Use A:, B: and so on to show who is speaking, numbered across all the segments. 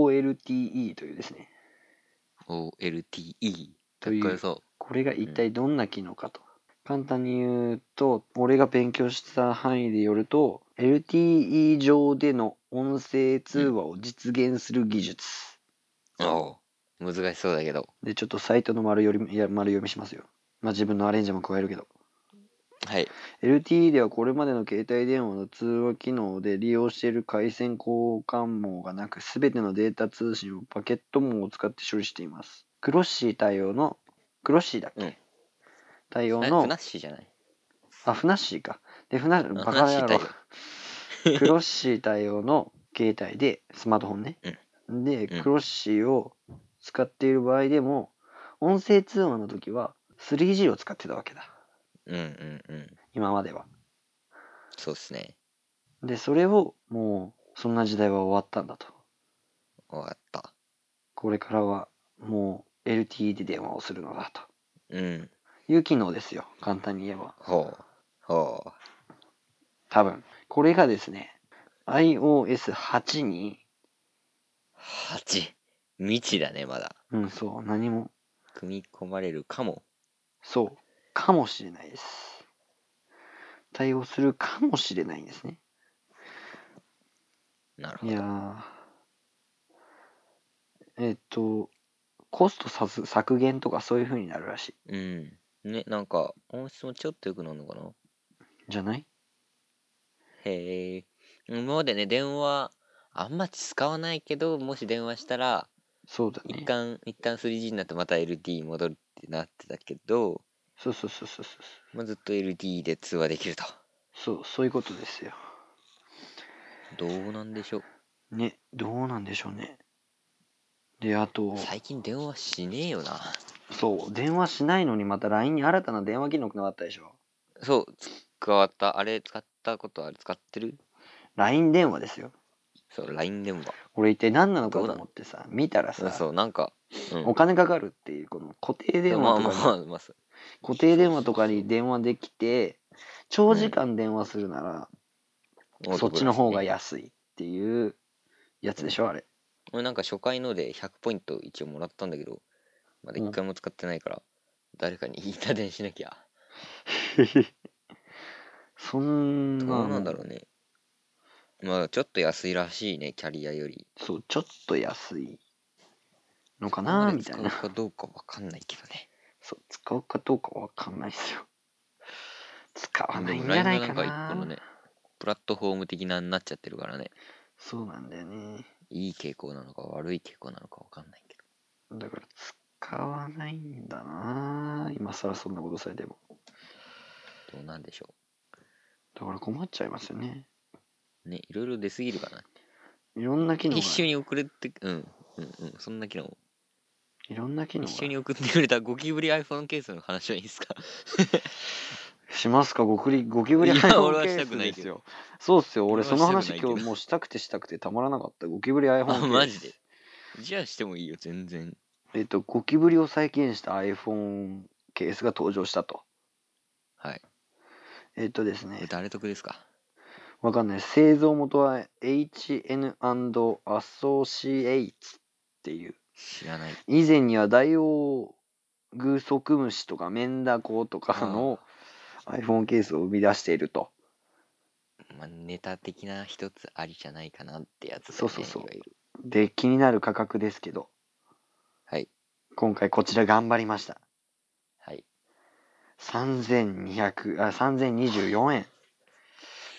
A: VOLTE というですね、
B: OLTE。か
A: と
B: っ
A: いう
B: こよそ
A: これが一体どんな機能かと。簡単に言うと、俺が勉強した範囲でよると、LTE 上での音声通話を実現する技術。
B: う。おう難しそうだけど。
A: で、ちょっとサイトの丸読み、いや丸読みしますよ。まあ自分のアレンジも加えるけど。
B: はい。
A: LTE ではこれまでの携帯電話の通話機能で利用している回線交換網がなく、すべてのデータ通信をパケット網を使って処理しています。クロッシー対応の、クロッシーだっけ、
B: うん
A: 対応
B: あれ
A: の
B: フナ、ッシーじゃない
A: あ、フナッシーか。で、フナッシー、バカ野
B: フナッシー
A: 郎。 クロッシー対応の携帯で、スマートフォンね。で、
B: うん
A: クロッシーを使っている場合でも、音声通話の時は 3G を使ってたわけだ。
B: うんうんうん。
A: 今までは。
B: そうっすね。
A: で、それをもう、そんな時代は終わったんだと。
B: わかった。
A: これからはもう LTE で電話をするのだと
B: うん。
A: いう機能ですよ。簡単に言えば。
B: ほう。ほ
A: 多分。これがですね、iOS8 に、
B: う。8。未知だね、まだ。
A: うん、そう、何も、
B: 組み込まれるかも。
A: そう、かもしれないです。対応するかもしれないんですね。
B: なるほ
A: い
B: ど。
A: やーえっと、コスト削削減とかそういう風になるらしい。
B: うん。ね、なんか、音質もちょっと良くなるのかな
A: じゃない
B: へえ。今までね、電話、あんま使わないけど、もし電話したら、
A: そうだ
B: 一
A: ね。
B: 旦、一旦 3G になってまた LTE に戻るってなってたけど、
A: そうそうそうそうそう。
B: まあ、ずっと LTE で通話できると。
A: そう、そういうことですよ。
B: どうなんでしょう。
A: ね、どうなんでしょうね。で、あと、
B: 最近電話しねえよな。
A: そう、電話しないのにまた LINE に新たな電話機能があったでしょ。
B: そう、使わった。あれ、使ったことある使ってる
A: LINE 電話ですよ。
B: そう、LINE 電話。
A: 俺一体何なのか
B: どう
A: と
B: なの
A: 思ってさ、見たら
B: そう
A: さ、
B: そう、なんか、うん
A: お金かかるっていう、この固定電
B: ま
A: 話
B: あ
A: と
B: まあ
A: か
B: ま
A: に、
B: あ、まあ、そう
A: 固定電話とかに電話できて、長時間電話するなら、そっちの方が。安いっていうやつでしょ、あれ。
B: 俺なんか初回ので100ポイント一応もらったんだけど、まだ
A: うん
B: 一回も使ってないから、誰かに言いた電しなきゃ。
A: そん
B: どう
A: な、
B: なんだろうね。まあちょっと安いらしいね、キャリアより。
A: そう、ちょっと安いのかな、みたいな
B: そ。こまで使うかどうかわかんないけどね。
A: そう、使うかどうかわかんないです よ。使わない
B: で
A: ん
B: も
A: じゃないか
B: LINE がなん
A: な。
B: か一個のね、プラットフォーム的なになっちゃってるからね。
A: そうなんだよね。
B: いい傾向なのか悪い傾向なのかわかんないけど。
A: だから使わないんだな。今更そんなことされても。
B: どうなんでしょ
A: だから困っちゃいますよね。
B: う。ね、いろいろ出すぎるかな。
A: いろんな機能が
B: 一。緒に送れて、うん、うん、うん、そんな機能。
A: いろんな機能
B: 一緒に
A: が。
B: 送ってくれたゴキブリ iPhone ケースの話はいいですか
A: しますかゴキブリ、ゴキブリ
B: いや
A: iPhone
B: 俺は
A: ケ
B: した
A: ー
B: く
A: ス
B: ない
A: で
B: けど
A: すよ。そうっすよ。俺
B: 俺は
A: その話
B: したくないけど
A: 今日もうしたくてしたくてたまらなかった。ゴキブリ iPhone ケー
B: あ、
A: ス。
B: マジで。じゃあしてもいいよ、全然。
A: えっと、ゴキブリを再現した iPhone ケースが登場したと。
B: はい。
A: えっとです
B: こ
A: ね
B: れ。誰得ですか
A: わかんない。製造元は HN& Associates っていう。
B: 知らない。
A: 以前にはダイオウグソクムシとかメンダコとかの iPhone ケースを生み出していると。
B: まあ、ネタ的な一つありじゃないかなってやつだよ
A: そ
B: ね、
A: うそうそう
B: いわゆる
A: で、気になる価格ですけど、
B: はい。
A: 今回こちら頑張りました。
B: はい。
A: 3200、あ、3024円。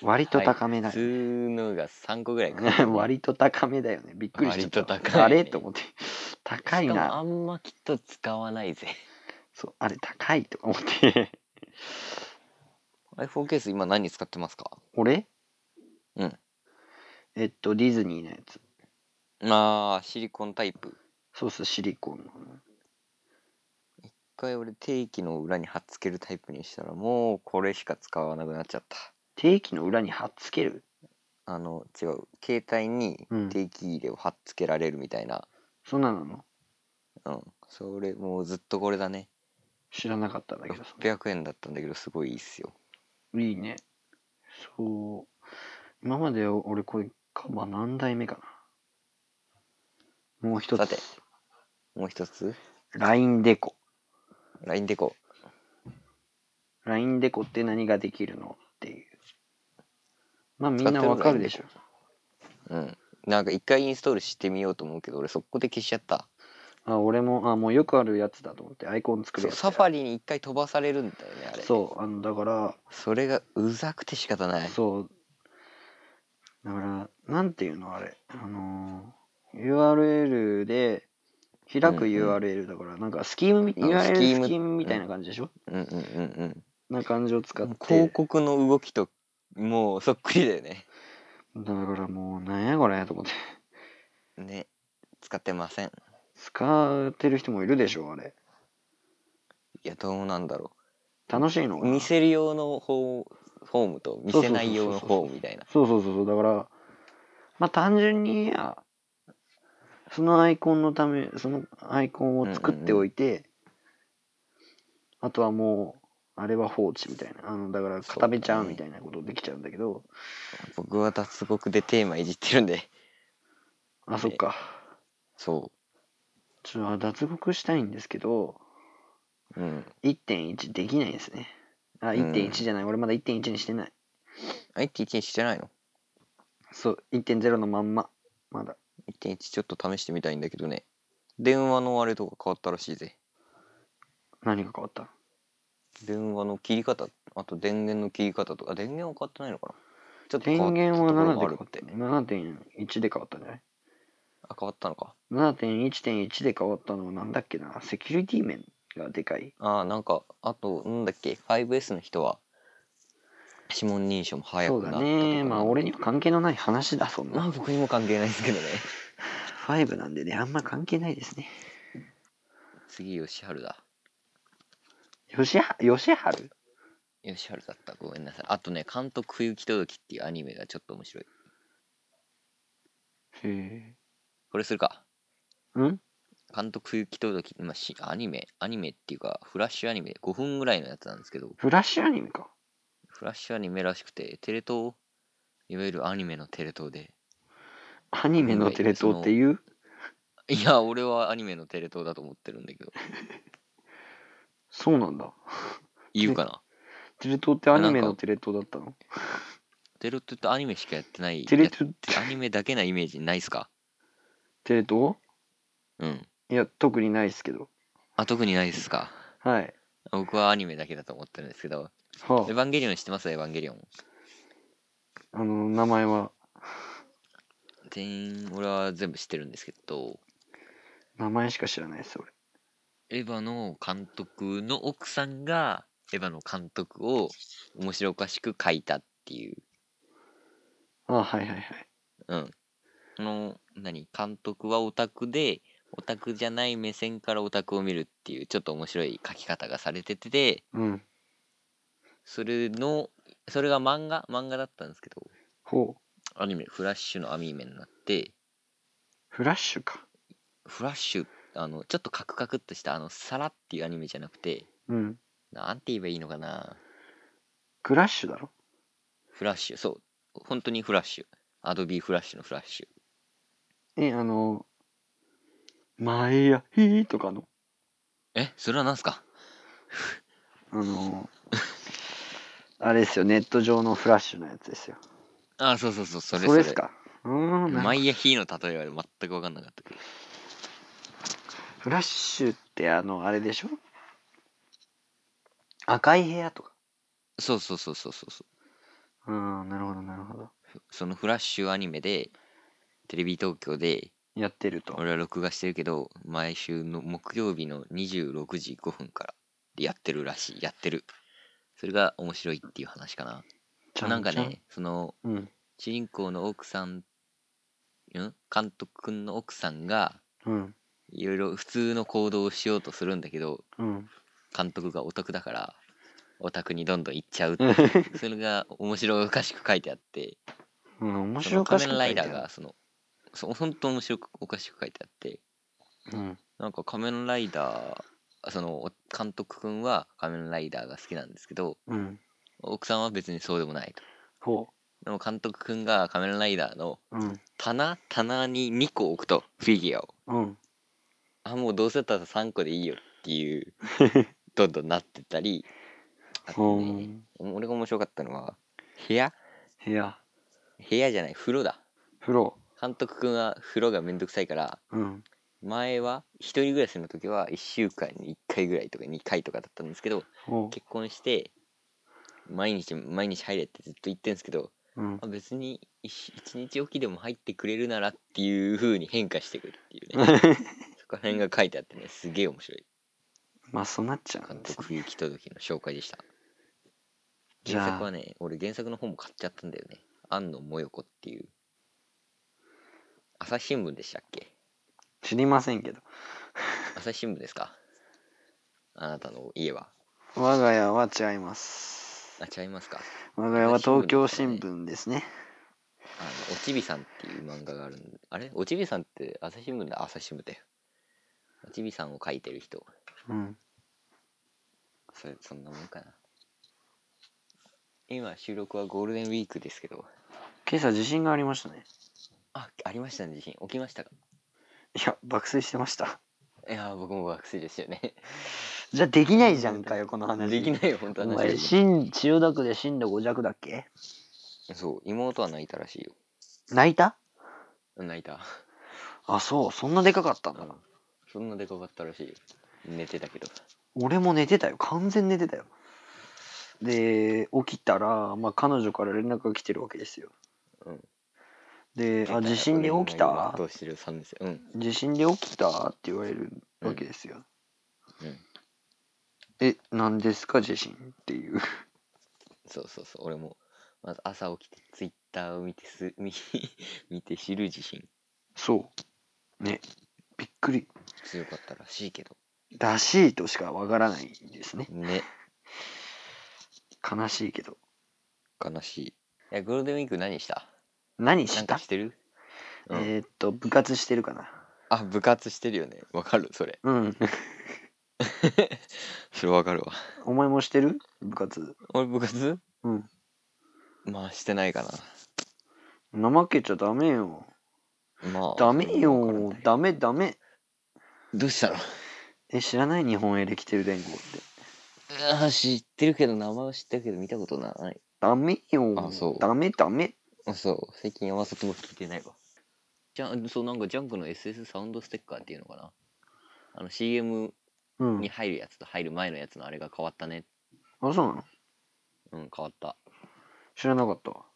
A: 割と高めだ
B: 普
A: よね。
B: 通のが3個ぐらいか な
A: 割と高めだよね。びっくりしちゃった。
B: 割と高いね
A: あれと思って。高い
B: しかも
A: な。
B: あんまきっと使わないぜ。
A: そう、あれ高いとか思って。
B: iPhone ケース今何使ってますか
A: 俺
B: うん。
A: えっと、ディズニーのやつ。
B: あー、シリコンタイプ。
A: そうそう、シリコンの。
B: 一回俺定期の裏に貼っつけるタイプにしたらもうこれしか使わなくなっちゃった。
A: 定期の裏に貼っつける
B: あの違う携帯に
A: うん
B: 定期入れを貼っつけられるみたいな、
A: そんなのなの
B: うんそれもうずっとこれだね
A: 知らなかったんだけどさ。
B: 600円だったんだけどすごいいいっすよ
A: いいね。そう。今まで俺これカバー何代目かな。もう一
B: さて
A: つ。
B: もう一つ
A: LINE デコ。
B: ?LINE デコ。
A: LINE デコって何ができるのっていう。まあみ
B: 使っ
A: ん
B: て
A: な
B: る
A: わかるでしょ。
B: うん。なんか一回インストールしてみようと思うけど、俺そこで消しちゃった。
A: あ、俺も、あ、もうよくあるやつだと思ってアイコン作る
B: そう
A: やつ
B: サ
A: や。
B: ファリに一回飛ばされるんだよね、あれ。
A: そう、あの、だから、
B: それがうざくて仕方ない。
A: そう。だから、なんていうのあれ。あのー URL で、開く
B: うんうん
A: URL だから、なんかスキームみ、
B: あの
A: URL ス
B: スキーム
A: キームみたいな感じでしょ、
B: うんうんうん
A: な感じを使
B: う
A: っ
B: ん。
A: て
B: 広。告の動きと、もうそっくりだよね。
A: だからもう、なんやこれと思って。
B: ね。使ってません。
A: 使ってる人もいるでしょ、あれ。
B: いや、どうなんだろ
A: 楽しいのか
B: う。
A: な
B: 見せる用のフォーフォームと見せない用のフォームみたいな。
A: そうそうそうそうだからまあ単純に言えばそのアイコンのためそのアイコンを作っておいて、あとはもうあれは放置みたいなあのだから固めちゃうみたいなことできちゃうんだけど
B: 僕は脱獄でテーマいじってるんで。
A: あそっか
B: そ
A: ちょっと脱獄したいんですけど
B: う。うん。
A: 1.1できないですねあ1.1じゃない、俺まだ1.1にしてない
B: あ、1.1してないの
A: そう1.0のまんままだ
B: ?1.1 ちょっと試してみたいんだけどね。電話のあれとか変わったらしいぜ。
A: 何が変わった
B: 電話の切り方、あと電源の切り方とか、あ電源は変わってないのかなちょっと変
A: 電
B: わった
A: 源は
B: ところ
A: 7
B: があ
A: で
B: る
A: 変わっ
B: ってて。
A: 7.1で変わったんじゃない
B: あ、変わったのか。
A: 7.1.1で変わったのはなんだっけなセキュリティ面がでかい
B: あーなんか、あと、なんだっけ、5S の人は、指紋認証も早く
A: そう
B: なった
A: だ
B: とか
A: ねまあ俺に
B: に。
A: は関係のない話だそん
B: ま
A: な
B: あ僕にも関係ないですけどね。
A: 5なんでねあんま関係ないですね
B: 次、吉春だ。
A: 吉は吉春
B: 吉春だった。ごめんなさい。あとね、監督不行き届きっていうアニメがちょっと面白い。
A: へ
B: これするか。
A: えん
B: 監督不行き届き、まあ、しアニメ、アニメっていうか、フラッシュアニメ、5分ぐらいのやつなんですけど、
A: フラッシュアニメか
B: フラッシュアニメらしくて、テレ東、いわゆるアニメのテレ東で、
A: アニメのテレ東っていう
B: いや、俺はアニメのテレ東だと思ってるんだけど、
A: そうなんだ
B: 言う かな。
A: テレ東ってアニメ
B: な
A: の
B: んか
A: テレ東だったの
B: テレ東ってアニメしかやってない、
A: テレ東
B: やアニメだけなイメージないっすか
A: テレ東
B: うん。
A: いや特にないですけど
B: あ、特にないっすか。
A: はい
B: 僕はアニメだけだと思ってるんですけど、
A: は
B: エヴァンゲリオン知ってますエヴァンゲリオン。
A: ああの名前は
B: 全員、俺は全部知ってるんですけど、
A: 名前しか知らないです俺
B: エヴァの監督の奥さんが、エヴァの監督を面白おかしく書いたっていう。
A: あはいはいはい
B: うん。この、何監督はオタクで、オタクじゃない目線からオタクを見るっていう、ちょっと面白い書き方がされてて、
A: うん
B: それの、それが漫画漫画だったんですけど、
A: ほう
B: アニメ、フラッシュのアニメになって、
A: フラッシュか
B: フラッシュ、あの、ちょっとカクカクっとした、あの、サラっていうアニメじゃなくて、
A: うん
B: なんて言えばいいのかな
A: クラッシュだろ
B: フラッシュ、そう。本当にフラッシュ。アドビーフラッシュのフラッシュ。
A: え、あの、前や、ひーとかの、
B: えそれは何すか
A: あ の、あれですよ、ネット上のフラッシュのやつですよ。
B: あ、そうそうそう、そ
A: そ
B: れ
A: れ
B: それ。
A: ですか。うーん、な
B: マイヤヒーの例えは全く分かんなかったけど。
A: フラッシュって、あの、あれでしょ赤い部屋とか。
B: そうそうそうそうそうそう。
A: うーん、なるほど、なるほど。
B: そのフラッシュアニメでテレビ東京で
A: やってると。
B: 俺は録画してるけど毎週の木曜日の26時5分からでやってるらしいやってるそれが面白いっていう話かな
A: ちゃ
B: なんか。ねその
A: ちゃんうん、
B: 主人公の奥さんん監督くんの奥さんが
A: うん、
B: いろいろ普通の行動をしようとするんだけど
A: うん。
B: 監督がオタクだからオタクにどんどん行っちゃうっていうそれが面白おかしく書いてあって
A: うん、面
B: そ
A: 白
B: の
A: か
B: 仮
A: しく
B: 面ラ
A: 書
B: イ
A: いて
B: ダ
A: あ
B: ー
A: る
B: がそのそう本当面白くおかしく書いてあって
A: うん、
B: なんか仮面ライダーあそのお監督くんは仮面ライダーが好きなんですけど
A: うん。
B: 奥さんは別にそうでもないと
A: ほ
B: でも監督くんが仮面ライダーの
A: うん。
B: 棚棚に2個置くとフィギュアを
A: うん。
B: あもうどうせだったら3個でいいよっていうどんどんなってたりあと
A: う
B: ね
A: ん。
B: 俺が面白かったのは部屋
A: 部屋。
B: 部屋じゃない風呂だ
A: 風呂。
B: 監督くんは風呂がめんどくさいから
A: うん。
B: 前は一人暮らしの時は1週間に1回ぐらいとか2回とかだったんですけど
A: おう。
B: 結婚して毎日毎日入れってずっと言ってんですけど
A: うん。
B: あ別に一一日おきでも入ってくれるならっていう風に変化してくるっていうねそこら辺が書いてあってねすげえ面白い
A: まあ、そうなっちゃう
B: 監
A: んですね。
B: 督不行き届きの紹介でした
A: じゃあ
B: 原作はね俺原作の本も買っちゃったんだよね庵野もよこっていう朝日新聞でしたっけ
A: 知りませんけど。
B: 朝日新聞ですかあなたの家は
A: 我が家は違います。
B: あ違いますか
A: 我が家は東京新聞ですね。
B: あの「おちびさん」っていう漫画があるんあれおちびさんって朝日新聞だ朝日新聞だよおちびさんを書いてる人
A: うん。
B: それそんなもんかな今収録はゴールデンウィークですけど
A: 今朝地震がありましたね。
B: あありましたね地震起きましたか
A: いや、爆睡してました。
B: いやー僕も爆睡でしたよね
A: じゃあできないじゃんかよ、この話。
B: できないよ本当
A: お
B: 話
A: 前、新、千代田区で震度5弱だっけ
B: そう妹は泣いたらしいよ
A: 泣いた
B: 泣いた、
A: あ、そう、そんなでかかったんだ。
B: そんなでかかったらしいよ寝てたけど
A: 俺も寝てたよ。完全に寝てたよ。で、起きたら、まあ、彼女から連絡が来てるわけですよ。
B: うん
A: で、あ、地震で起きた
B: どうしてる3年生うん
A: 地震で起きたって言われるわけですよ。
B: うん
A: え、何ですか、地震っていう。
B: そうそうそう俺もまず朝起きてツイッターを見てす 見見て知る地震
A: そう。ね。びっくり。
B: 強かったらしいけど
A: らしいとしかわからないんですね。
B: ね
A: 悲しいけど。
B: 悲しいいやゴールデンウィーク何した
A: 何
B: な
A: し
B: ん
A: た
B: かしてる、うん
A: えーっと、部活してるかな。
B: あ部活してるよねわかるそれ
A: うん。
B: それわかるわ
A: お前もしてる部活。
B: 俺部活
A: うん。
B: まあしてないか
A: 怠けちゃダメよ。
B: なまあ
A: ダメ
B: わから
A: よ
B: ない。
A: ダメダメ。
B: どうしたの
A: え、知らない日本へで来てる伝言って。
B: ああ知ってるけど名前は知ってるけど見たことない
A: ダメよ
B: あそう
A: ダメダメ。
B: あそう最近山里も聞いてないわじゃそうなんかジャンクの SS サウンドステッカーっていうのかなあの CM
A: うん。
B: に入るやつと入る前のやつのあれが変わったね
A: あ、そうなの
B: うん変わった
A: 知らなかったわ。